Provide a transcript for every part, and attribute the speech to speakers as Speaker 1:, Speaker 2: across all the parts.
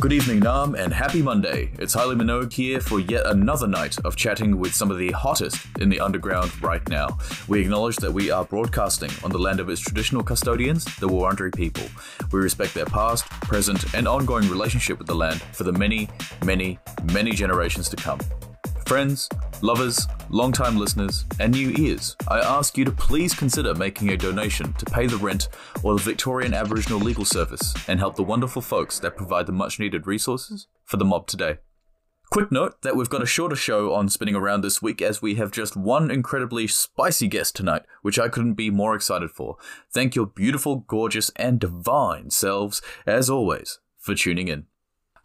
Speaker 1: Good evening, Nam, and happy Monday. It's Haile Minogue here for yet another night of chatting with some of the hottest in the underground right now. We acknowledge that we are broadcasting on the land of its traditional custodians, the Wurundjeri people. We respect their past, present, and ongoing relationship with the land for the many, many, many generations to come. Friends, lovers, long-time listeners, and new ears, I ask you to please consider making a donation to pay the rent or the Victorian Aboriginal Legal Service and help the wonderful folks that provide the much-needed resources for the mob today. Quick note that we've got a shorter show on Spinning Around this week as we have just one incredibly spicy guest tonight, which I couldn't be more excited for. Thank your beautiful, gorgeous, and divine selves, as always, for tuning in.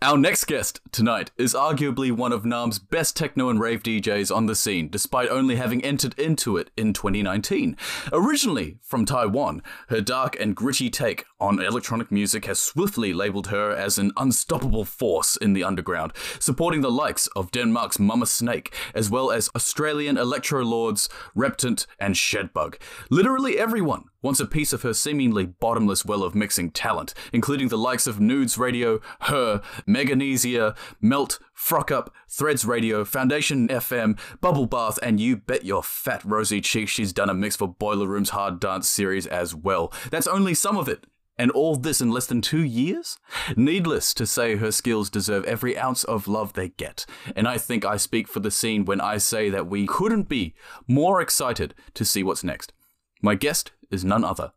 Speaker 1: Our next guest tonight is arguably one of NAM's best techno and rave DJs on the scene, despite only having entered into it in 2019. Originally from Taiwan, her dark and gritty take on electronic music has swiftly labeled her as an unstoppable force in the underground, supporting the likes of Denmark's Mama Snake, as well as Australian electro lords Reptant and Shedbug. Literally everyone wants a piece of her seemingly bottomless well of mixing talent, including the likes of Nudes Radio, Her, Meganesia, Melt, Frock Up, Threads Radio, Foundation FM, Bubble Bath, and you bet your fat rosy cheek she's done a mix for Boiler Room's Hard Dance series as well. That's only some of it. And all this in less than two years? Needless to say, her skills deserve every ounce of love they get. And I think I speak for the scene when I say that we couldn't be more excited to see what's next. My guest is none other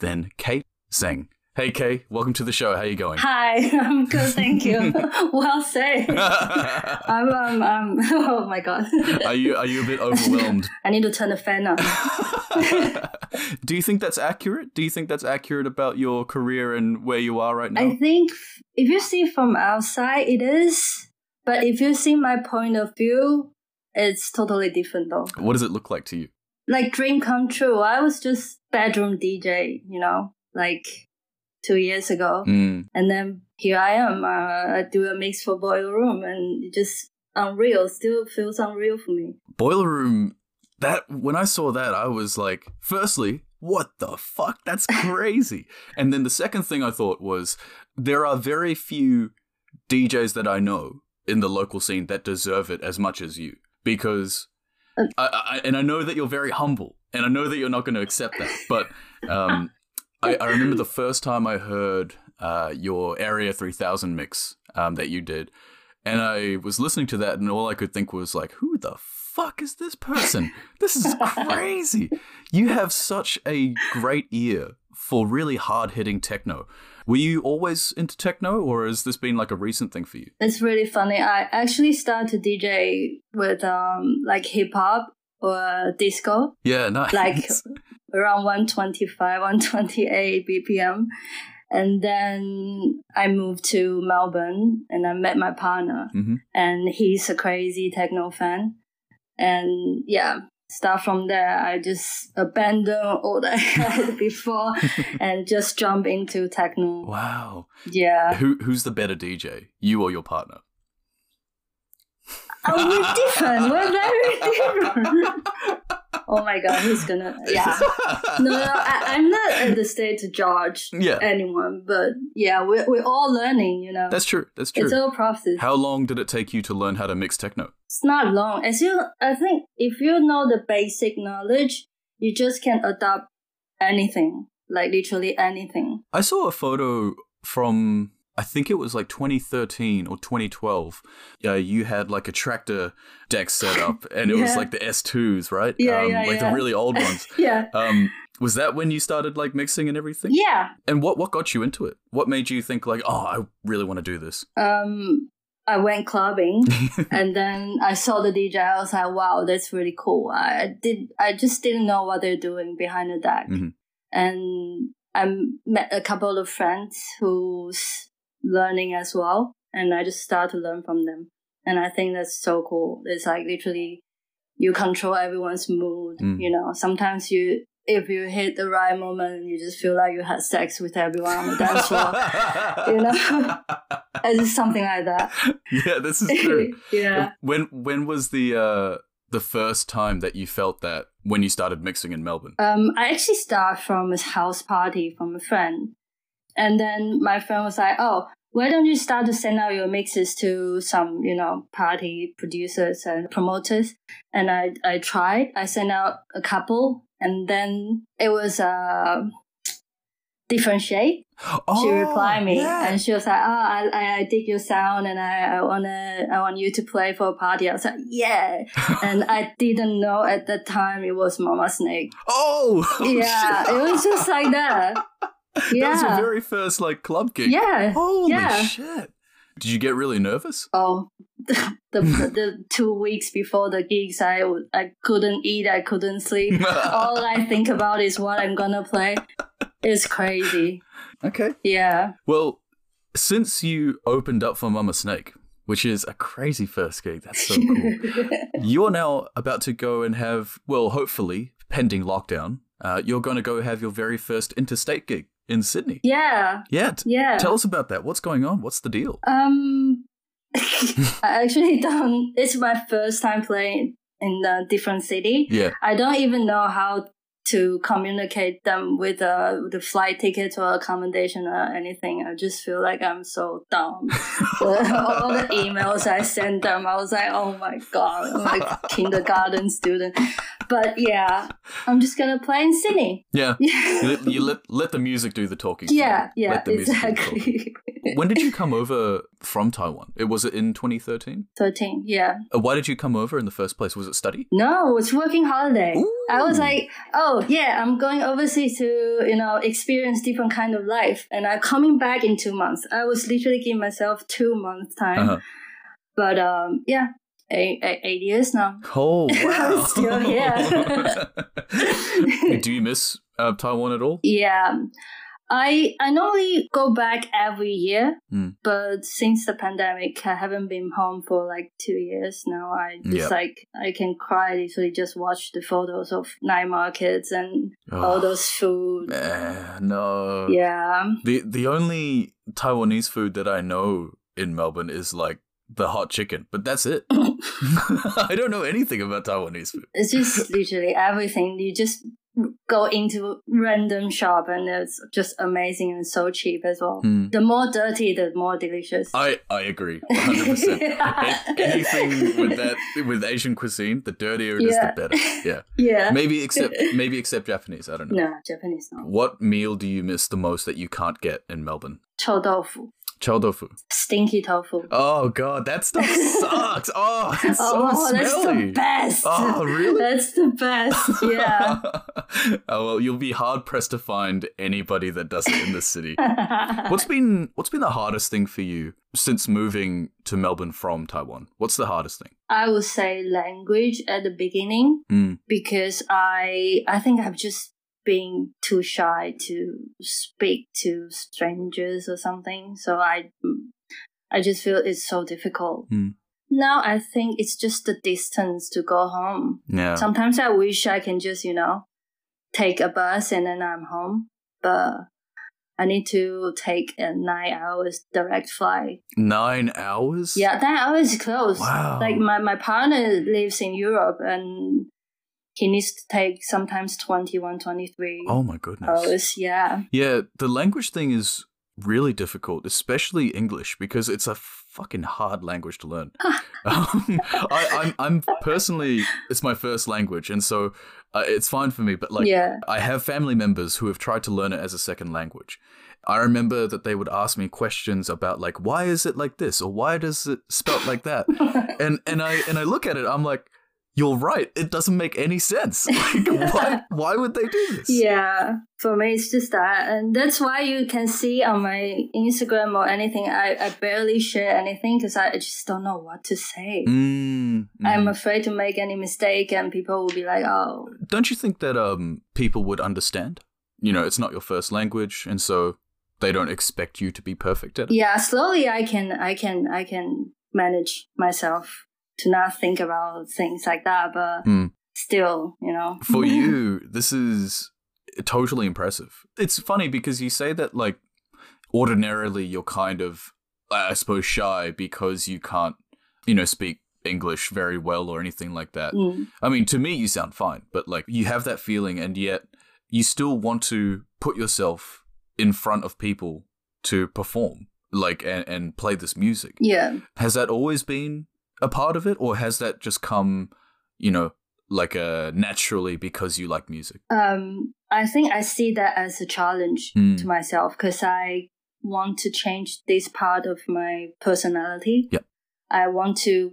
Speaker 1: than Kate Zeng. Hey, Kate, welcome to the show. How you going?
Speaker 2: Hi, I'm good, thank you. well said. I'm, um, um, oh my god.
Speaker 1: Are you are you a bit overwhelmed?
Speaker 2: I need to turn the fan on.
Speaker 1: Do you think that's accurate? Do you think that's accurate about your career and where you are right now?
Speaker 2: I think if you see from outside, it is. But if you see my point of view, it's totally different though.
Speaker 1: what does it look like to you?
Speaker 2: Like dream come true. I was just bedroom DJ, you know, like two years ago.
Speaker 1: Mm.
Speaker 2: And then here I am. Uh, I do a mix for Boiler Room and it just unreal. Still feels unreal for me.
Speaker 1: Boiler room. That when I saw that, I was like, firstly, what the fuck? That's crazy. and then the second thing I thought was, there are very few DJs that I know in the local scene that deserve it as much as you because
Speaker 2: Uh.
Speaker 1: I, I and I know that you're very humble and I know that you're not going to accept that but um, I, I remember the first time I heard uh, your Area 3000 mix um, that you did and I was listening to that and all I could think was like who the fuck is this person this is crazy you have such a great ear for really hard-hitting techno were you always into techno or has this been like a recent thing for you
Speaker 2: It's really funny. I actually started to DJ with um like hip hop or disco,
Speaker 1: Yeah, nice.
Speaker 2: like around 125, 128 BPM. And then I moved to Melbourne and I met my partner
Speaker 1: Mhm.
Speaker 2: and he's a crazy techno fan. And yeah, start from there. I just abandon all that I had before and just jump into techno.
Speaker 1: wow.
Speaker 2: Yeah.
Speaker 1: Who who's the better DJ, you or your partner?
Speaker 2: Oh, we're different. We're very different. oh my god, he's gonna. Yeah. No, no, I, I'm Uh, not at the stage to judge
Speaker 1: yeah,
Speaker 2: anyone, but yeah, we're, we're all learning, you know.
Speaker 1: that's true. That's true.
Speaker 2: it's all process.
Speaker 1: How long did it take you to learn how to mix techno?
Speaker 2: it's not long. As you, I think, if you know the basic knowledge, you just can adopt anything, like literally anything.
Speaker 1: I saw a photo from I think it was like 2013 or 2012. Uh, you had like a tractor deck set up, and it was
Speaker 2: Yeah.
Speaker 1: like the S2s, right?
Speaker 2: Yeah,
Speaker 1: um,
Speaker 2: yeah,
Speaker 1: like
Speaker 2: yeah.
Speaker 1: the really old ones.
Speaker 2: Yeah.
Speaker 1: Um, was that when you started like mixing and everything?
Speaker 2: Yeah.
Speaker 1: And what what got you into it? What made you think like, oh, I really want to do this?
Speaker 2: um I went clubbing and then I saw the DJ. I was like, "Wow, that's really cool." I I did. I just didn't know what they're doing behind the deck,
Speaker 1: Mhm.
Speaker 2: and I met a couple of friends who's learning as well, and I just started to learn from them. And I think that's so cool. It's like literally, you control everyone's mood.
Speaker 1: Mm.
Speaker 2: You know, sometimes you if you hit the right moment, you just feel like you had sex with everyone on the um, dance floor. you know? it's something like that.
Speaker 1: yeah, this is true.
Speaker 2: yeah.
Speaker 1: When when was the uh the first time that you felt that when you started mixing in Melbourne?
Speaker 2: Um, I actually started from a house party from a friend. And then my friend was like, oh, why don't you start to send out your mixes to some you know party producers and promoters and i i tried i sent out a couple and then it was a different shape
Speaker 1: Oh,
Speaker 2: she replied me
Speaker 1: yeah.
Speaker 2: and she was like oh I, I- I dig your sound and I, I wanna I want you to play for a party I was like yeah and I didn't know at that time it was Mama Snake
Speaker 1: oh, oh,
Speaker 2: yeah
Speaker 1: shit.
Speaker 2: it was just like that
Speaker 1: That was
Speaker 2: yeah.
Speaker 1: your very first like club gig.
Speaker 2: yeah
Speaker 1: Holy
Speaker 2: yeah.
Speaker 1: shit! Did you get really nervous?
Speaker 2: oh the, the two weeks before the gigs I, w- I couldn't eat I couldn't sleep all I think about is what I'm gonna play it's crazy
Speaker 1: okay.
Speaker 2: yeah
Speaker 1: Well, since you opened up for Mama Snake, which is a crazy first gig, that's so cool. you're now about to go and have, well, hopefully, pending lockdown, uh, you're going to go have your very first interstate gig in Sydney.
Speaker 2: yeah
Speaker 1: Yeah. t-
Speaker 2: yeah
Speaker 1: Tell us about that. What's going on? What's the deal?
Speaker 2: Um, I actually don't. It's my first time playing in a different city.
Speaker 1: Yeah.
Speaker 2: I don't even know how to communicate them with uh, the flight tickets or accommodation or anything. I just feel like I'm so dumb. All the emails I sent them, I was like, oh my god, I'm like kindergarten student. But yeah, I'm just gonna play in Sydney.
Speaker 1: Yeah. You
Speaker 2: Yeah,
Speaker 1: let, you let, let the music do the talking. for you.
Speaker 2: yeah, yeah
Speaker 1: Let the music do the talking.
Speaker 2: exactly.
Speaker 1: When did you come over from Taiwan? It was it in 2013?
Speaker 2: Thirteen, yeah.
Speaker 1: Uh, Why did you come over in the first place? Was it study?
Speaker 2: No, it's working holiday.
Speaker 1: Ooh.
Speaker 2: I was like, oh yeah, I'm going overseas to you know experience different kind of life, and I'm coming back in two months. I was literally giving myself two months time,
Speaker 1: Uh-huh.
Speaker 2: but um, yeah, eight, eight, eight years now.
Speaker 1: Oh, wow.
Speaker 2: Still here.
Speaker 1: Do you miss uh, Taiwan at all?
Speaker 2: Yeah, I I normally go back every year,
Speaker 1: Mm.
Speaker 2: but since the pandemic, I haven't been home for like two years now. I
Speaker 1: Yep.
Speaker 2: just like I can cry literally just watch the photos of night markets and all those food.
Speaker 1: Ah, Man, no.
Speaker 2: Yeah.
Speaker 1: The the only Taiwanese food that I know in Melbourne is like the hot chicken, but that's it. I don't know anything about Taiwanese food.
Speaker 2: It's just literally everything. You just go into random shop and it's just amazing and so cheap as well.
Speaker 1: Hmm. Uh,
Speaker 2: The more dirty, the more delicious.
Speaker 1: I I agree, one hundred percent. Anything with that with Asian cuisine, the dirtier it is,
Speaker 2: Yeah.
Speaker 1: the better. Yeah,
Speaker 2: Yeah.
Speaker 1: maybe except maybe except Japanese. I don't know.
Speaker 2: No, Japanese not.
Speaker 1: What meal do you miss the most that you can't get in Melbourne?
Speaker 2: Chou tofu.
Speaker 1: Chow tofu.
Speaker 2: Stinky tofu.
Speaker 1: Oh god, that stuff sucks. Oh, it's so
Speaker 2: oh,
Speaker 1: smelly.
Speaker 2: that's the best.
Speaker 1: Oh, really?
Speaker 2: That's the best. Yeah.
Speaker 1: oh well, you'll be hard pressed to find anybody that does it in this city. What's been what's been the hardest thing for you since moving to Melbourne from Taiwan? What's the hardest thing?
Speaker 2: I would say language at the beginning.
Speaker 1: Mm.
Speaker 2: because I I think I've just been too shy to speak to strangers or something. So I I just feel it's so difficult.
Speaker 1: Hmm.
Speaker 2: Now I think it's just the distance to go home.
Speaker 1: Yeah.
Speaker 2: Sometimes I wish I can just you know take a bus and then I'm home, but. I need to take a nine hours direct flight.
Speaker 1: Nine hours?
Speaker 2: Yeah, that hours is close
Speaker 1: Wow.
Speaker 2: like my, my partner lives in europe and he needs to take sometimes 21 23
Speaker 1: oh my goodness.
Speaker 2: hours yeah
Speaker 1: Yeah, the language thing is really difficult, especially English, because it's a fucking hard language to learn. um, I, I'm, I'm personally, it's my first language, and so uh, it's fine for me. But like,
Speaker 2: yeah
Speaker 1: I have family members who have tried to learn it as a second language. I remember that they would ask me questions about like why is it like this or why does it spelt like that? And and I and I look at it, I'm like, you're right. It doesn't make any sense. Like why why would they do this?
Speaker 2: yeah for me it's just that and that's why you can see on my instagram or anything i, I barely share anything because I, I just don't know what to say
Speaker 1: Mm, mm.
Speaker 2: i'm afraid to make any mistake and people will be like oh
Speaker 1: Don't you think that um people would understand? You know, it's not your first language, and so they don't expect you to be perfect at it.
Speaker 2: yeah slowly i can i can i can manage myself to not think about things like that but
Speaker 1: Hmm.
Speaker 2: still you know
Speaker 1: for you, this is totally impressive. It's funny because you say that like ordinarily you're kind of I suppose shy because you can't, you know, speak English very well or anything like that.
Speaker 2: Mm.
Speaker 1: I mean, to me you sound fine, but like you have that feeling and yet you still want to put yourself in front of people to perform. like and, and play this music.
Speaker 2: Yeah.
Speaker 1: Has that always been a part of it, or has that just come, you know, like uh, naturally because you like music?
Speaker 2: Um, I think I see that as a challenge
Speaker 1: Hmm.
Speaker 2: to myself because I want to change this part of my personality.
Speaker 1: Yep.
Speaker 2: I want to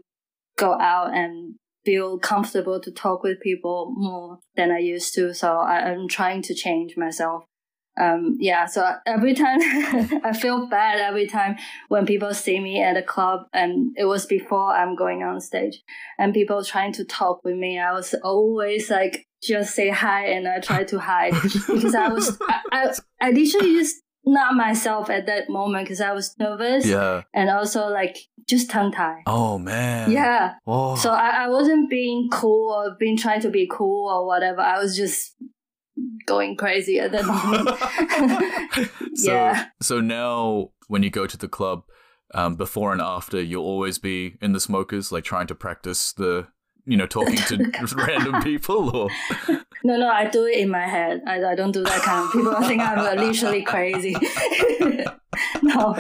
Speaker 2: go out and feel comfortable to talk with people more than I used to. So I, I'm trying to change myself. Um, yeah, so every time I feel bad every time when people see me at a club and it was before I'm going on stage and people trying to talk with me. I was always like, just say hi and I try to hide because I was I, I, I literally just not myself at that moment because I was nervous
Speaker 1: yeah.
Speaker 2: and also like just tongue tie.
Speaker 1: Oh man.
Speaker 2: Yeah.
Speaker 1: Oh.
Speaker 2: So I, I wasn't being cool or being trying to be cool or whatever. I was just going crazy at that moment.
Speaker 1: so,
Speaker 2: Yeah.
Speaker 1: so now when you go to the club, um, before and after, you'll always be in the smokers, like trying to practice the, you know, talking to random people or.
Speaker 2: no, no, I do it in my head. I, I don't do that kind of people think I'm uh, literally crazy. no.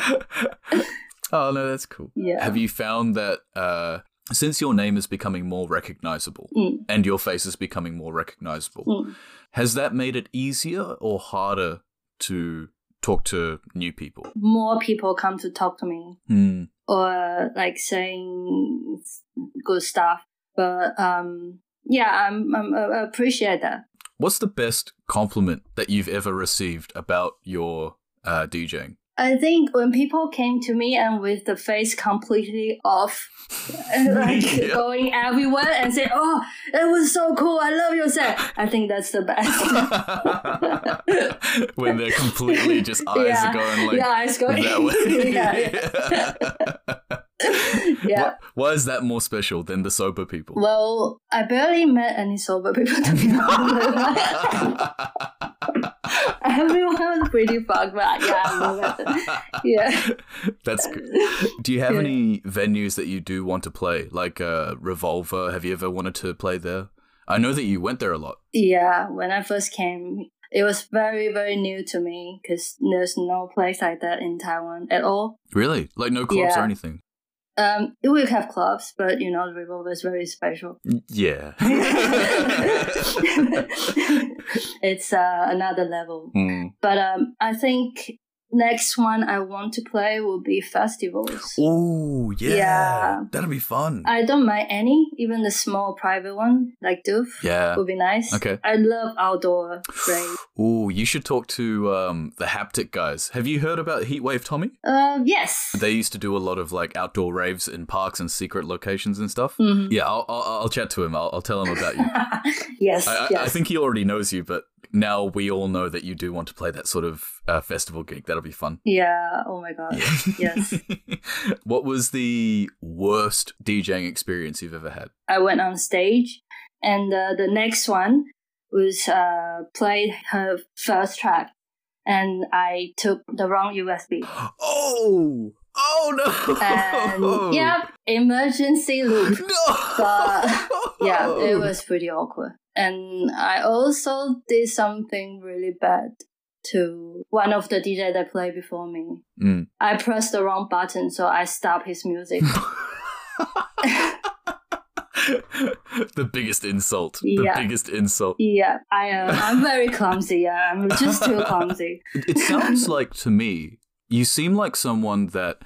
Speaker 1: oh no, that's cool.
Speaker 2: Yeah.
Speaker 1: Have you found that uh, since your name is becoming more recognizable
Speaker 2: Mm.
Speaker 1: and your face is becoming more recognizable,
Speaker 2: Mm.
Speaker 1: has that made it easier or harder to talk to new people?
Speaker 2: More people come to talk to me
Speaker 1: Hmm.
Speaker 2: or like saying good stuff. But um, yeah, I'm, I'm I appreciate that.
Speaker 1: What's the best compliment that you've ever received about your uh, DJing?
Speaker 2: I think when people came to me and with the face completely off, and like
Speaker 1: Yeah.
Speaker 2: going everywhere and say, "Oh, that was so cool! I love your set." I think that's the best.
Speaker 1: when they're completely just eyes
Speaker 2: yeah,
Speaker 1: are going like
Speaker 2: yeah, eyes going
Speaker 1: that way.
Speaker 2: yeah, yeah. yeah.
Speaker 1: Why, why is that more special than the sober people?
Speaker 2: Well, I barely met any sober people to be honest. Everyone was pretty fucked, but yeah, I love it. yeah.
Speaker 1: That's good. Do you have
Speaker 2: Yeah.
Speaker 1: any venues that you do want to play? Like uh, Revolver, have you ever wanted to play there? I know that you went there a lot.
Speaker 2: Yeah, when I first came, it was very, very new to me because there's no place like that in Taiwan at all.
Speaker 1: Really? Like no clubs or
Speaker 2: Yeah.
Speaker 1: anything?
Speaker 2: Um, it would have clubs, but you know, the Revolver is very special.
Speaker 1: Yeah.
Speaker 2: it's uh, another level.
Speaker 1: Hmm.
Speaker 2: But um, I think next one I want to play will be festivals.
Speaker 1: Oh, yeah.
Speaker 2: Yeah.
Speaker 1: That'll be fun.
Speaker 2: I don't mind any, even the small private one like Doof
Speaker 1: yeah.
Speaker 2: would be nice.
Speaker 1: Okay.
Speaker 2: I love outdoor rave.
Speaker 1: Ooh, you should talk to um, the Haptic guys. Have you heard about Heatwave Tommy?
Speaker 2: Um, yes.
Speaker 1: They used to do a lot of like outdoor raves in parks and secret locations and stuff.
Speaker 2: Mhm.
Speaker 1: Yeah, I'll, I'll, I'll chat to him. I'll, I'll tell him about you.
Speaker 2: yes.
Speaker 1: I, I-
Speaker 2: yes.
Speaker 1: I think he already knows you, but now we all know that you do want to play that sort of uh, festival gig. That'll be fun.
Speaker 2: Yeah. Oh my god. yes.
Speaker 1: what was the worst DJing experience you've ever had?
Speaker 2: I went on stage, and uh, the next one was uh, played her first track, and I took the wrong USB.
Speaker 1: Oh, oh no!
Speaker 2: And yep, emergency loop.
Speaker 1: No.
Speaker 2: But, Yeah, it was pretty awkward. And I also did something really bad to one of the DJ that played before me.
Speaker 1: Mm.
Speaker 2: I pressed the wrong button, so I stopped his music.
Speaker 1: the biggest insult.
Speaker 2: Yeah.
Speaker 1: The biggest insult.
Speaker 2: Yeah, I am. I'm very clumsy. Yeah, I'm just too clumsy.
Speaker 1: It it sounds like to me, you seem like someone that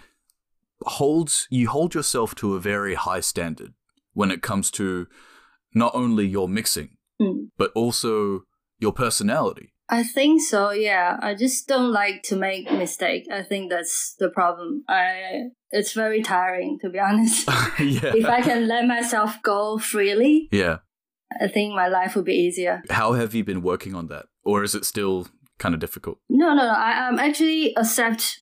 Speaker 1: holds you hold yourself to a very high standard when it comes to not only your mixing
Speaker 2: Mm.
Speaker 1: but also your personality.
Speaker 2: I think so. Yeah, I just don't like to make mistake. I think that's the problem. I it's very tiring to be honest.
Speaker 1: yeah.
Speaker 2: if I can let myself go freely,
Speaker 1: yeah.
Speaker 2: I think my life would be easier.
Speaker 1: How have you been working on that, or is it still kind of difficult?
Speaker 2: No, no, no. I um, actually accept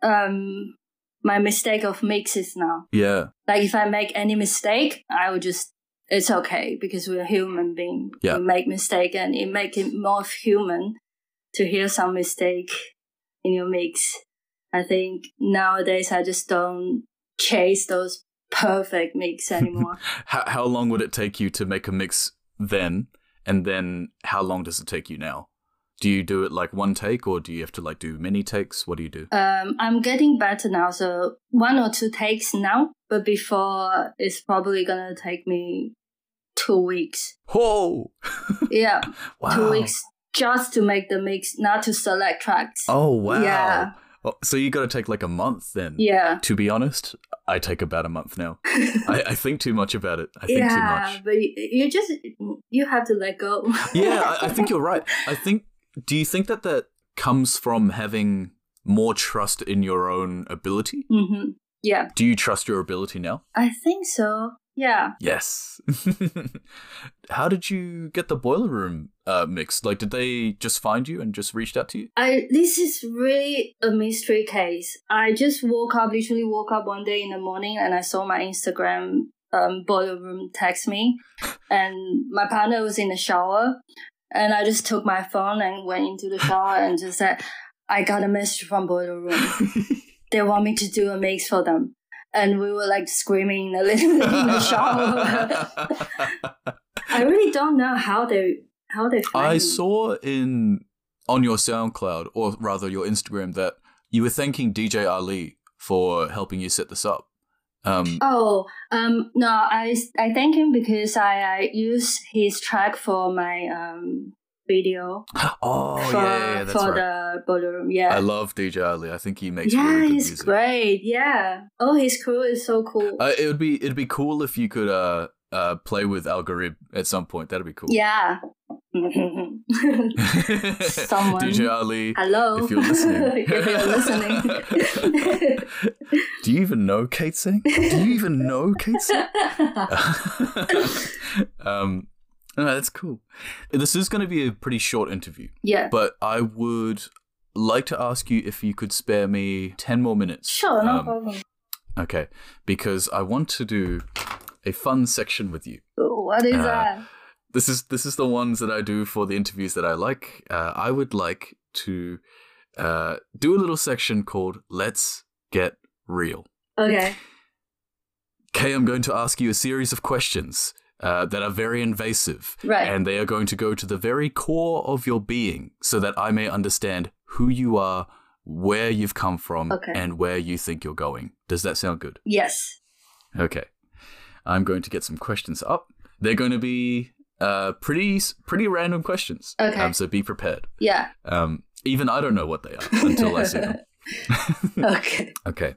Speaker 2: um my mistake of mixes now.
Speaker 1: Yeah.
Speaker 2: Like if I make any mistake, I would just it's okay because we're human being.
Speaker 1: Yeah.
Speaker 2: We make mistake and it make it more human to hear some mistake in your mix. I think nowadays I just don't chase those perfect mix anymore.
Speaker 1: How how long would it take you to make a mix then, and then how long does it take you now? Do you do it like one take or do you have to like do many takes? What do you do?
Speaker 2: Um, I'm getting better now, so one or two takes now. But before, it's probably gonna take me two weeks.
Speaker 1: Whoa!
Speaker 2: Yeah,
Speaker 1: Wow.
Speaker 2: two weeks just to make the mix, not to select tracks.
Speaker 1: Oh wow.
Speaker 2: Yeah.
Speaker 1: Oh, So you got to take like a month then.
Speaker 2: Yeah,
Speaker 1: To be honest, I take about a month now. I, I think too much about it. I think too
Speaker 2: yeah.
Speaker 1: much.
Speaker 2: But you, you just you have to let go.
Speaker 1: yeah, I, I think you're right. I think. Do you think that that comes from having more trust in your own ability?
Speaker 2: hmm Yeah,
Speaker 1: Do you trust your ability now?
Speaker 2: I think so. Yeah.
Speaker 1: Yes. How did you get the boiler room uh, mixed? Like, did they just find you and just reached out to you?
Speaker 2: I this is really a mystery case. I just woke up, literally woke up one day in the morning, and I saw my Instagram um, boiler room text me, and my partner was in the shower, and I just took my phone and went into the shower and just said, "I got a message from boiler room. They want me to do a mix for them." And we were like screaming a little in the shower. I really don't know how they how they. Find
Speaker 1: I
Speaker 2: me.
Speaker 1: saw in on your SoundCloud, or rather your Instagram, that you were thanking DJ Ali for helping you set this up. Um,
Speaker 2: Oh, um, no, I, I thank him because I, I use his track for my um video
Speaker 1: oh
Speaker 2: for,
Speaker 1: yeah, yeah, yeah, that's
Speaker 2: Uh, for
Speaker 1: right.
Speaker 2: the ballroom. Yeah,
Speaker 1: I love DJ Ali. I think he makes
Speaker 2: yeah,
Speaker 1: really good
Speaker 2: he's
Speaker 1: music.
Speaker 2: great. Yeah. Oh, his crew is so cool.
Speaker 1: Uh, it would be it'd be cool if you could uh, uh, play with Al Gharib at some point. That'd be cool.
Speaker 2: yeah. Someone.
Speaker 1: DJ Ali.
Speaker 2: Hello.
Speaker 1: If you're listening.
Speaker 2: If you're listening.
Speaker 1: Do you even know Kate Singh? Do you even know Kate Singh? um, no, that's cool. This is going to be a pretty short interview,
Speaker 2: yeah.
Speaker 1: but I would like to ask you if you could spare me 10 more minutes.
Speaker 2: Sure, no
Speaker 1: Um,
Speaker 2: problem.
Speaker 1: Okay, because I want to do a fun section with you.
Speaker 2: What is
Speaker 1: uh,
Speaker 2: that?
Speaker 1: This is this is the ones that I do for the interviews that I like. Uh, I would like to uh, do a little section called "Let's Get Real."
Speaker 2: Okay.
Speaker 1: Kay, I'm going to ask you a series of questions uh, that are very invasive.
Speaker 2: Right.
Speaker 1: And they are going to go to the very core of your being so that I may understand who you are, where you've come from,
Speaker 2: Okay.
Speaker 1: and where you think you're going. Does that sound good?
Speaker 2: Yes.
Speaker 1: Okay. I'm going to get some questions up. They're going to be uh, pretty pretty random questions.
Speaker 2: Okay.
Speaker 1: Um, so be prepared.
Speaker 2: Yeah.
Speaker 1: Um, even I don't know what they are until I see them. Hmm.
Speaker 2: Okay.
Speaker 1: Okay.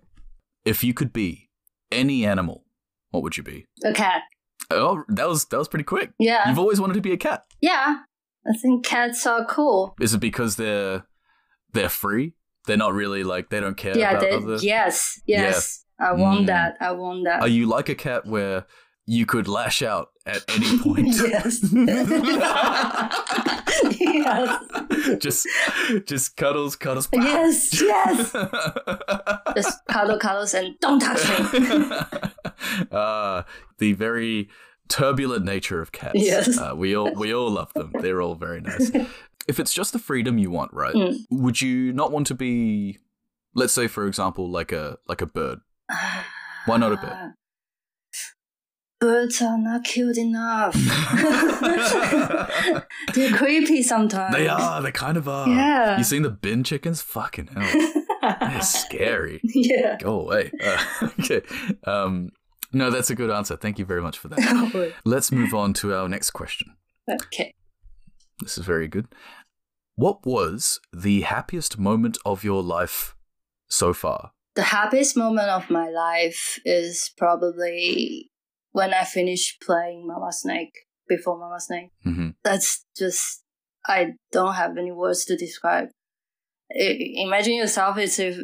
Speaker 1: If you could be any animal, what would you be?
Speaker 2: A cat.
Speaker 1: Oh, that was that was pretty quick.
Speaker 2: Yeah.
Speaker 1: You've always wanted to be a cat.
Speaker 2: Yeah, I think cats are cool.
Speaker 1: Is it because they're they're free? They're not really like they don't care
Speaker 2: Yeah,
Speaker 1: about
Speaker 2: they,
Speaker 1: other.
Speaker 2: yes, yes. I want
Speaker 1: Mm.
Speaker 2: that. I want that.
Speaker 1: Are you like a cat where you could lash out at any point?
Speaker 2: yes. yes.
Speaker 1: just just cuddles, cuddles.
Speaker 2: Yes. Yes. Just cuddle, cuddles, and don't touch me.
Speaker 1: uh, the very turbulent nature of cats.
Speaker 2: Yes.
Speaker 1: Uh, we all we all love them. They're all very nice. if it's just the freedom you want, right?
Speaker 2: Mm.
Speaker 1: Would you not want to be, let's say, for example, like a like a bird? Why not a bird?
Speaker 2: Ah. Birds are not cute enough. They're creepy sometimes.
Speaker 1: they are. They kind of are.
Speaker 2: Yeah.
Speaker 1: You seen the bin chickens? Fucking hell. They're scary.
Speaker 2: yeah.
Speaker 1: Go away. Uh, okay. Um, no, that's a good answer. Thank you very much for that. Let's move on to our next question.
Speaker 2: okay.
Speaker 1: This is very good. What was the happiest moment of your life so far?
Speaker 2: the happiest moment of my life is probably when I finished playing Mama Snake before Mama Snake.
Speaker 1: hmm
Speaker 2: That's just I don't have any words to describe. I- imagine yourself as if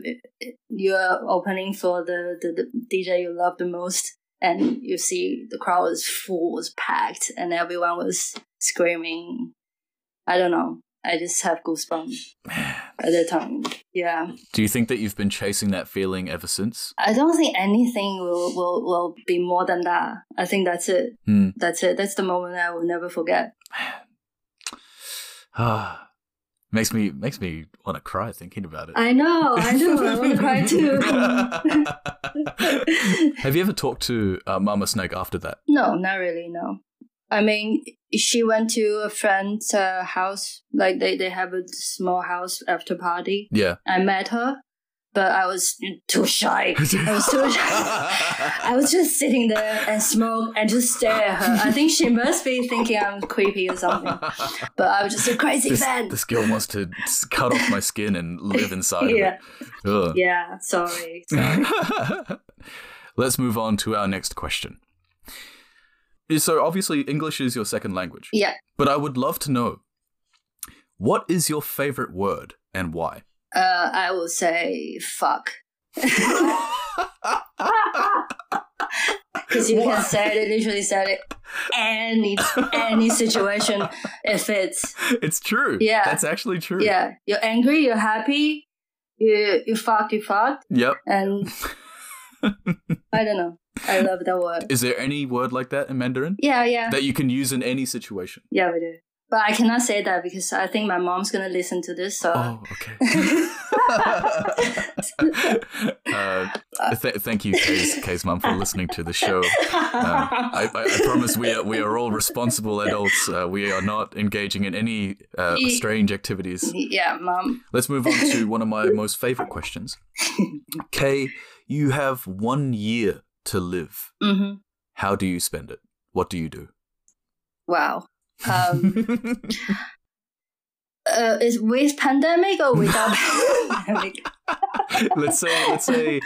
Speaker 2: you're opening for the, the, the DJ you love the most, and you see the crowd is full, was packed, and everyone was screaming. I don't know. I just have goosebumps at the time. Yeah.
Speaker 1: Do you think that you've been chasing that feeling ever since?
Speaker 2: I don't think anything will, will, will be more than that. I think that's it.
Speaker 1: Hmm.
Speaker 2: That's it. That's the moment I will never forget.
Speaker 1: Ah, makes me makes me want to cry thinking about it.
Speaker 2: I know. I know. I want to cry too.
Speaker 1: Have you ever talked to uh, Mama Snake after that?
Speaker 2: no, not really. No. I mean, she went to a friend's uh, house. Like they, they have a small house after party.
Speaker 1: Yeah.
Speaker 2: I met her, but I was too shy. I was too shy. I was just sitting there and smoke and just stare at her. I think she must be thinking I'm creepy or something. But I was just a crazy
Speaker 1: this,
Speaker 2: fan.
Speaker 1: this girl wants to s- cut off my skin and live inside
Speaker 2: yeah,
Speaker 1: of it. Ugh.
Speaker 2: yeah. Sorry.
Speaker 1: Let's move on to our next question. So, obviously, English is your second language,
Speaker 2: Yeah.
Speaker 1: but I would love to know what is your favorite word and why?
Speaker 2: Uh, I will say fuck because you can
Speaker 1: What?
Speaker 2: say it literally say it any any situation it fits.
Speaker 1: It's true.
Speaker 2: Yeah.
Speaker 1: That's actually true.
Speaker 2: Yeah, you're angry, you're happy, you you fuck, you fuck,
Speaker 1: Yep.
Speaker 2: and I don't know. I love that word.
Speaker 1: Is there any word like that in Mandarin
Speaker 2: Yeah, yeah,
Speaker 1: that you can use in any situation?
Speaker 2: yeah, we do. But I cannot say that because I think my mom's gonna listen to this. So
Speaker 1: Oh, okay. uh, th- thank you, Kay's, Kay's mum, for listening to the show. Um, I, I, I promise we are, we are all responsible adults. Uh, we are not engaging in any uh,
Speaker 2: Ye-
Speaker 1: strange activities.
Speaker 2: yeah, mom.
Speaker 1: Let's move on to one of my most favorite questions. Kay, you have one year to live.
Speaker 2: hmm
Speaker 1: How do you spend it? What do you do?
Speaker 2: Wow. Um, uh, is with pandemic or without pandemic?
Speaker 1: let's say let's say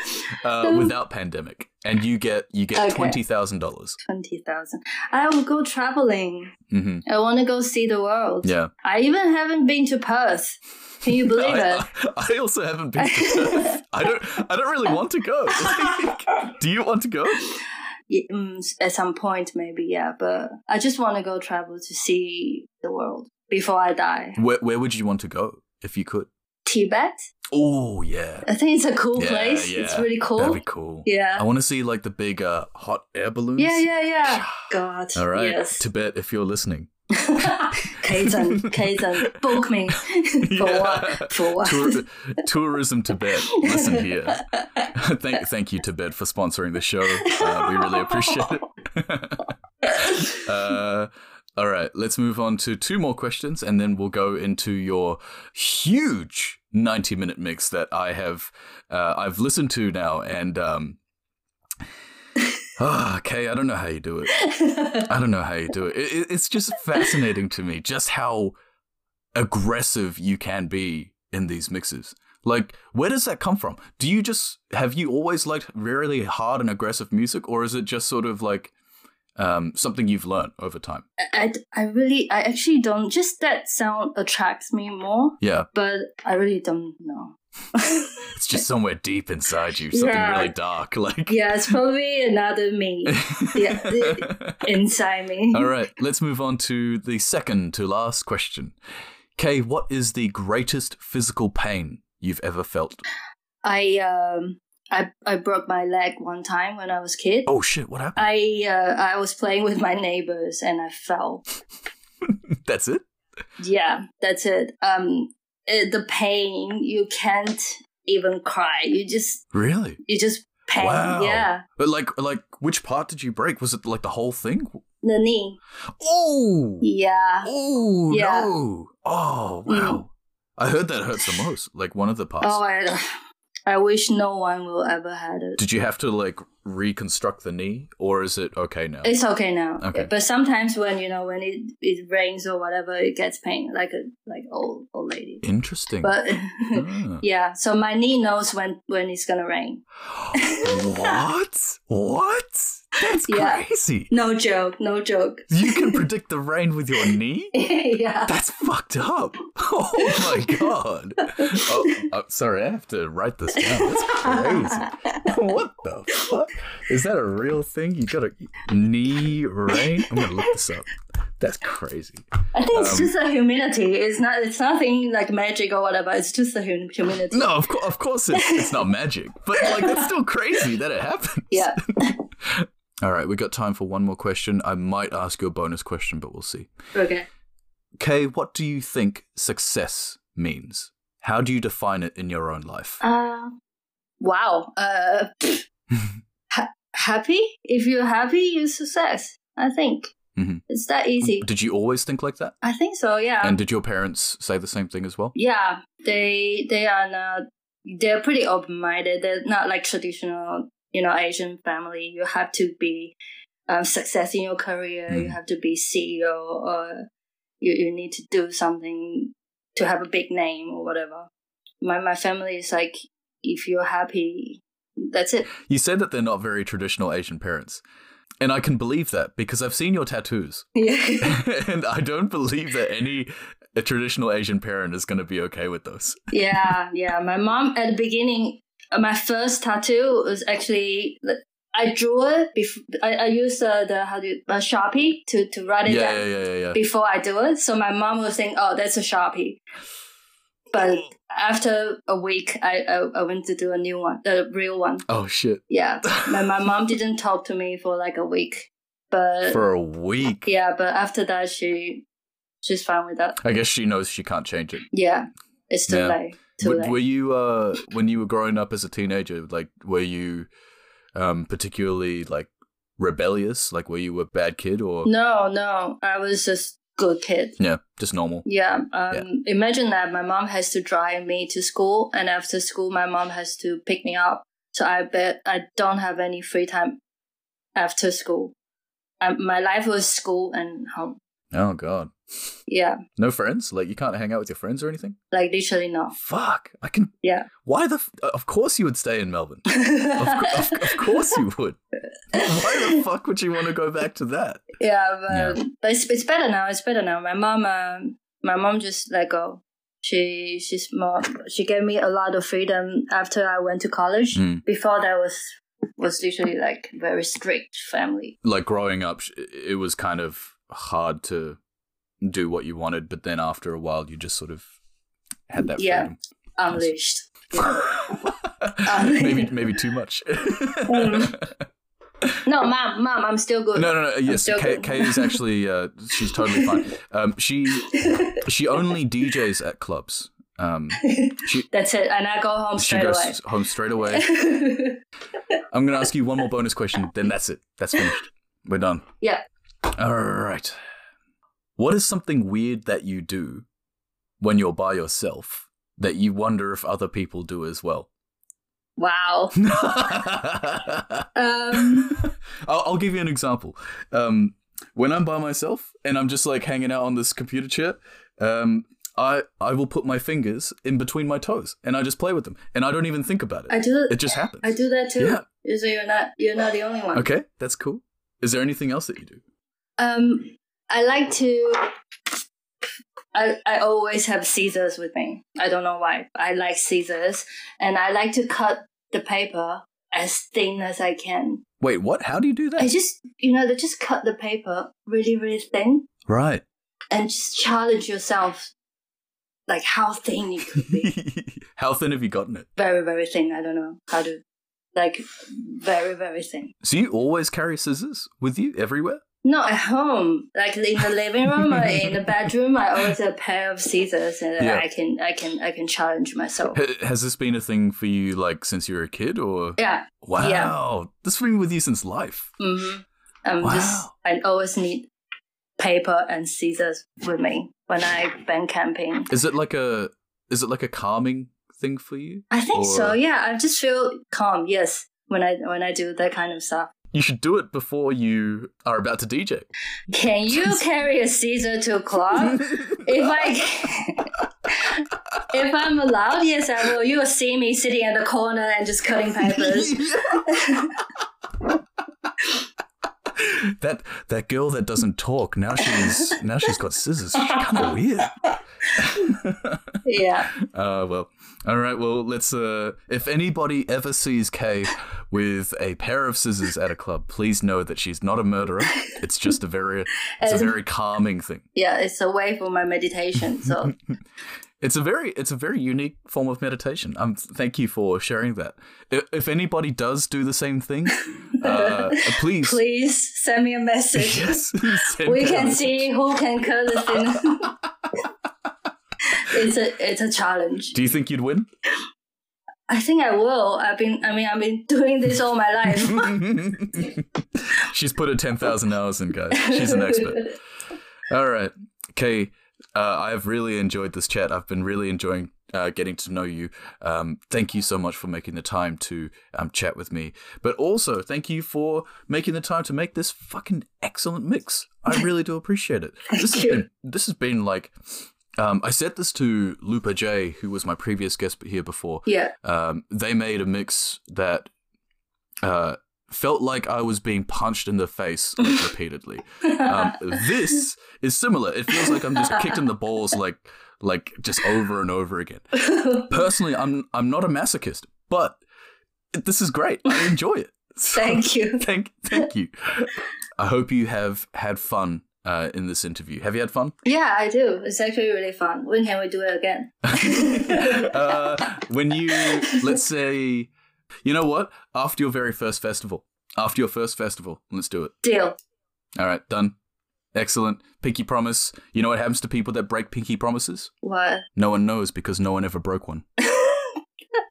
Speaker 1: uh, without pandemic, and you get you get
Speaker 2: Um, Okay.
Speaker 1: twenty thousand dollars.
Speaker 2: Twenty thousand. I will go traveling.
Speaker 1: Mm-hmm.
Speaker 2: I want to go see the world.
Speaker 1: Yeah.
Speaker 2: I even haven't been to Perth. Can you believe it?
Speaker 1: I, I also haven't been. To Perth. I don't. I don't really want to go. Like, do you want to go?
Speaker 2: Yeah, mm, s- at some point maybe yeah but i just want to go travel to see the world before i die
Speaker 1: Where Where would you want to go if you could?
Speaker 2: tibet
Speaker 1: Oh yeah,
Speaker 2: i think it's a cool
Speaker 1: Yeah,
Speaker 2: place it's
Speaker 1: yeah.
Speaker 2: really
Speaker 1: that'd
Speaker 2: cool
Speaker 1: be cool.
Speaker 2: yeah
Speaker 1: I want to see like the big uh, hot air balloons.
Speaker 2: yeah yeah yeah god
Speaker 1: All right,
Speaker 2: yes
Speaker 1: Tibet, if you're listening,
Speaker 2: kaizen kaizen book me for
Speaker 1: Yeah.
Speaker 2: what for what
Speaker 1: Tour- tourism Tibet. Listen here. thank, thank you, Tibet, for sponsoring the show. Uh, we really appreciate it. uh, all right, let's move on to two more questions, and then we'll go into your huge ninety-minute mix that I have uh, I've listened to now, and um, ah, Kay, I don't know how you do it. I don't know how you do it. It- it. It's just fascinating to me just how aggressive you can be in these mixes. Like, where does that come from? Do you just have you always liked really hard and aggressive music, or is it just sort of like um, something you've learned over time?
Speaker 2: I, I really i actually don't just that sound attracts me more
Speaker 1: Yeah,
Speaker 2: but i really don't know
Speaker 1: it's just somewhere deep inside you, something
Speaker 2: Yeah.
Speaker 1: really dark. Like,
Speaker 2: yeah it's probably another me Yeah, the- inside me
Speaker 1: All right, let's move on to the second to last question. Kay, what is the greatest physical pain you've ever felt?
Speaker 2: I um I I broke my leg one time when I was kid.
Speaker 1: Oh shit, what happened?
Speaker 2: I uh, I was playing with my neighbors and I fell.
Speaker 1: That's it?
Speaker 2: Yeah, that's it. Um, it, the pain you can't even cry. You just
Speaker 1: Really?
Speaker 2: you just pain.
Speaker 1: Wow.
Speaker 2: Yeah,
Speaker 1: But like like which part did you break? Was it like the whole thing?
Speaker 2: the knee.
Speaker 1: Oh.
Speaker 2: Yeah.
Speaker 1: Oh
Speaker 2: Yeah. Mm.
Speaker 1: no. Oh wow. I heard that hurts the most, like one of the parts.
Speaker 2: Oh, I I wish no one will ever had it.
Speaker 1: Did you have to like reconstruct the knee or is it okay now?
Speaker 2: It's okay now.
Speaker 1: Okay.
Speaker 2: But sometimes when you know when it it rains or whatever, it gets pain like a like old old lady.
Speaker 1: Interesting.
Speaker 2: But.
Speaker 1: Ah.
Speaker 2: Yeah, so my knee knows when when it's gonna rain.
Speaker 1: what? What? That's
Speaker 2: Yeah.
Speaker 1: crazy.
Speaker 2: No joke, no joke.
Speaker 1: You can predict the rain with your knee?
Speaker 2: yeah,
Speaker 1: That's fucked up. Oh my god. Oh, uh, sorry, I have to write this down. That's crazy. What the fuck? Is that a real thing? You got a knee rain? I'm gonna look this up. That's crazy.
Speaker 2: I think it's just
Speaker 1: Um,
Speaker 2: the humidity. It's not. It's nothing like magic or whatever. It's just the hum- humidity.
Speaker 1: No, of, cour of course it's, it's not magic, but like that's still crazy that it happens.
Speaker 2: Yeah.
Speaker 1: All right, we got time for one more question. I might ask you a bonus question, but we'll see.
Speaker 2: Okay.
Speaker 1: Kay, what do you think success means? How do you define it in your own life?
Speaker 2: Uh, wow. Uh, ha- happy. If you're happy, you success. I think.
Speaker 1: Mhm.
Speaker 2: It's that easy.
Speaker 1: Did you always think like that?
Speaker 2: I think so. Yeah.
Speaker 1: And did your parents say the same thing as well?
Speaker 2: yeah. They they are not. They're pretty open minded. They're not like traditional, you know, Asian family. You have to be um, success in your career. You
Speaker 1: Mm.
Speaker 2: have to be CEO, or you you need to do something to have a big name or whatever. My my family is like, if you're happy, that's it.
Speaker 1: You said that they're not very traditional Asian parents. And I can believe that because I've seen your tattoos.
Speaker 2: Yeah.
Speaker 1: and I don't believe that any a traditional Asian parent is going to be okay with those.
Speaker 2: yeah, yeah. My mom at the beginning, uh, my first tattoo was actually I drew it before I, I used uh, the how do you, uh, sharpie to to write it
Speaker 1: Yeah,
Speaker 2: down
Speaker 1: yeah, yeah, yeah, yeah.
Speaker 2: before I do it. So my mom was saying, "Oh, that's a sharpie." But after a week, I I, I went to do a new one, the real one.
Speaker 1: Oh shit!
Speaker 2: Yeah, my my mom didn't talk to me for like a week, but
Speaker 1: For a week,
Speaker 2: yeah, but after that she she's fine with that.
Speaker 1: I guess she knows she can't change it.
Speaker 2: Yeah, it's too
Speaker 1: Yeah.
Speaker 2: late. Too
Speaker 1: Were,
Speaker 2: late.
Speaker 1: were you uh when you were growing up as a teenager? Like, were you um particularly like rebellious? Like, were you a bad kid or
Speaker 2: No, no. I was just good kid.
Speaker 1: yeah, just normal?
Speaker 2: Yeah. Um, Imagine that my mom has to drive me to school, and after school, my mom has to pick me up. So I bet I don't have any free time after school. Um, my life was school and home.
Speaker 1: Oh god,
Speaker 2: Yeah,
Speaker 1: no friends. Like, you can't hang out with your friends or anything. Oh,
Speaker 2: like literally no.
Speaker 1: Fuck, I can.
Speaker 2: Yeah.
Speaker 1: Why the? F- uh, of course you would stay in Melbourne.
Speaker 2: of,
Speaker 1: Of, cou- of, of course you would. Why the fuck would you want to go back to that?
Speaker 2: Yeah, but, but it's, it's better now. It's better now. My mom, um my mom just let go. She she's more. She gave me a lot of freedom after I went to college.
Speaker 1: Mm.
Speaker 2: Before that was was literally like very strict family.
Speaker 1: like growing up, sh- it was kind of hard to do what you wanted, but then after a while, you just sort of had that
Speaker 2: Yeah.
Speaker 1: freedom.
Speaker 2: Unleashed. Um,
Speaker 1: maybe maybe too much.
Speaker 2: No, mom, mom, Mm. I'm still good.
Speaker 1: No, no, no. Yes,
Speaker 2: still
Speaker 1: Kay,
Speaker 2: good.
Speaker 1: Kay is actually uh, she's totally fine. Um, she she only DJs at clubs. Um,
Speaker 2: That's it. And I go home
Speaker 1: she
Speaker 2: straight
Speaker 1: goes
Speaker 2: away.
Speaker 1: home straight away. I'm going to ask you one more bonus question. Then that's it. That's finished. We're done.
Speaker 2: Yeah.
Speaker 1: All right. What is something weird that you do when you're by yourself that you wonder if other people do as well?
Speaker 2: wow.
Speaker 1: I'll,
Speaker 2: Um,
Speaker 1: I'll give you an example. Um, when I'm by myself and I'm just like hanging out on this computer chair, um, I I will put my fingers in between my toes and I just play with them and I don't even think about it.
Speaker 2: I do.
Speaker 1: it just happens.
Speaker 2: I do that too.
Speaker 1: Yeah.
Speaker 2: So you're not you're not the only one.
Speaker 1: Okay, that's cool. Is there anything else that you do?
Speaker 2: Um, I like to. I, I always have scissors with me. I don't know why. but I like scissors, and I like to cut the paper as thin as I can.
Speaker 1: Wait, what? How do you do that?
Speaker 2: I just, you know, they just cut the paper really, really thin,
Speaker 1: right.
Speaker 2: and just challenge yourself, like how thin you could be.
Speaker 1: How thin have you gotten it?
Speaker 2: very, very thin. I don't know how to, like, very, very thin.
Speaker 1: So you always carry scissors with you everywhere?
Speaker 2: Not at home, like in the living room or in the bedroom. I always have a pair of scissors, and
Speaker 1: Yeah.
Speaker 2: I can, I can, I can challenge myself.
Speaker 1: H- has this been a thing for you like since you were a kid or
Speaker 2: Yeah,
Speaker 1: Wow.
Speaker 2: Yeah.
Speaker 1: This has been with you since life.
Speaker 2: mm-hmm. I'm just,
Speaker 1: Wow.
Speaker 2: I always need paper and scissors with me when I been camping.
Speaker 1: Is it like a is it like a calming thing for you?
Speaker 2: I think so.
Speaker 1: Or-
Speaker 2: Yeah, I just feel calm. Yes, when I when I do that kind of stuff.
Speaker 1: You should do it before you are about to DJ.
Speaker 2: Can you carry a scissor to a club? if I if I'm allowed, yes, I will. You will see me sitting at the corner and just cutting papers.
Speaker 1: that that girl that doesn't talk, now she's now she's got scissors. She's kinda weird.
Speaker 2: yeah,
Speaker 1: Uh, well, all right. Well, let's. Uh, if anybody ever sees Kay with a pair of scissors at a club, please know that she's not a murderer. It's just a very, it's a
Speaker 2: As-
Speaker 1: very calming thing.
Speaker 2: yeah, it's a way for my meditation. So
Speaker 1: It's a very, it's a very unique form of meditation. Um, thank you for sharing that. If, if anybody does do the same thing, uh, please,
Speaker 2: please send me a message.
Speaker 1: yes, send
Speaker 2: We
Speaker 1: Kay a
Speaker 2: can
Speaker 1: message.
Speaker 2: see who can cut the thing. it's a it's a challenge.
Speaker 1: Do you think you'd win?
Speaker 2: I think I will. I've been, I mean, I've been doing this all my life.
Speaker 1: She's put in 10,000 hours in, guys. She's an expert. All right. Kay, uh, I've really enjoyed this chat. I've been really enjoying uh, getting to know you. Um, thank you so much for making the time to um, chat with me. But also, thank you for making the time to make this fucking excellent mix. I really do appreciate it.
Speaker 2: Thank
Speaker 1: this,
Speaker 2: you.
Speaker 1: Has been, this has been like. Um, I said this to Lupa J, who was my previous guest here before,
Speaker 2: yeah,
Speaker 1: um, they made a mix that uh, felt like I was being punched in the face like, repeatedly. Um, this is similar. It feels like I'm just kicked in the balls like like just over and over again. Personally, I'm I'm not a masochist, but this is great. I enjoy it. So-
Speaker 2: thank you.
Speaker 1: Thank, thank you. I hope you have had fun uh, in this interview. Have you had fun?
Speaker 2: Yeah, I do. It's actually really fun. When can we do it again?
Speaker 1: uh, when you let's say you know what after your very first festival after your first festival let's do it
Speaker 2: Deal.
Speaker 1: all right done excellent pinky promise you know what happens to people that break pinky promises
Speaker 2: What?
Speaker 1: no one knows because no one ever broke one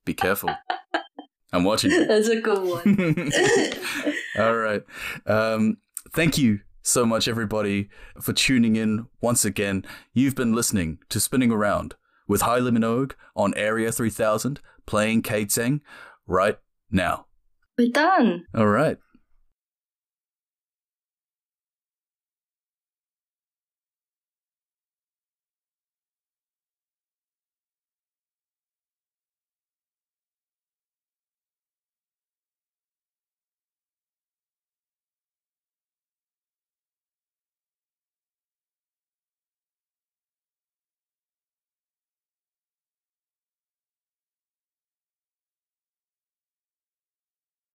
Speaker 1: be careful i'm watching you
Speaker 2: That's a good one.
Speaker 1: All right. Um, thank you so much, everybody, for tuning in once again. You've been listening to Spinning Around with Haile Minogue on Area 3000 playing Kate Tsang right now.
Speaker 2: We're done.
Speaker 1: All right.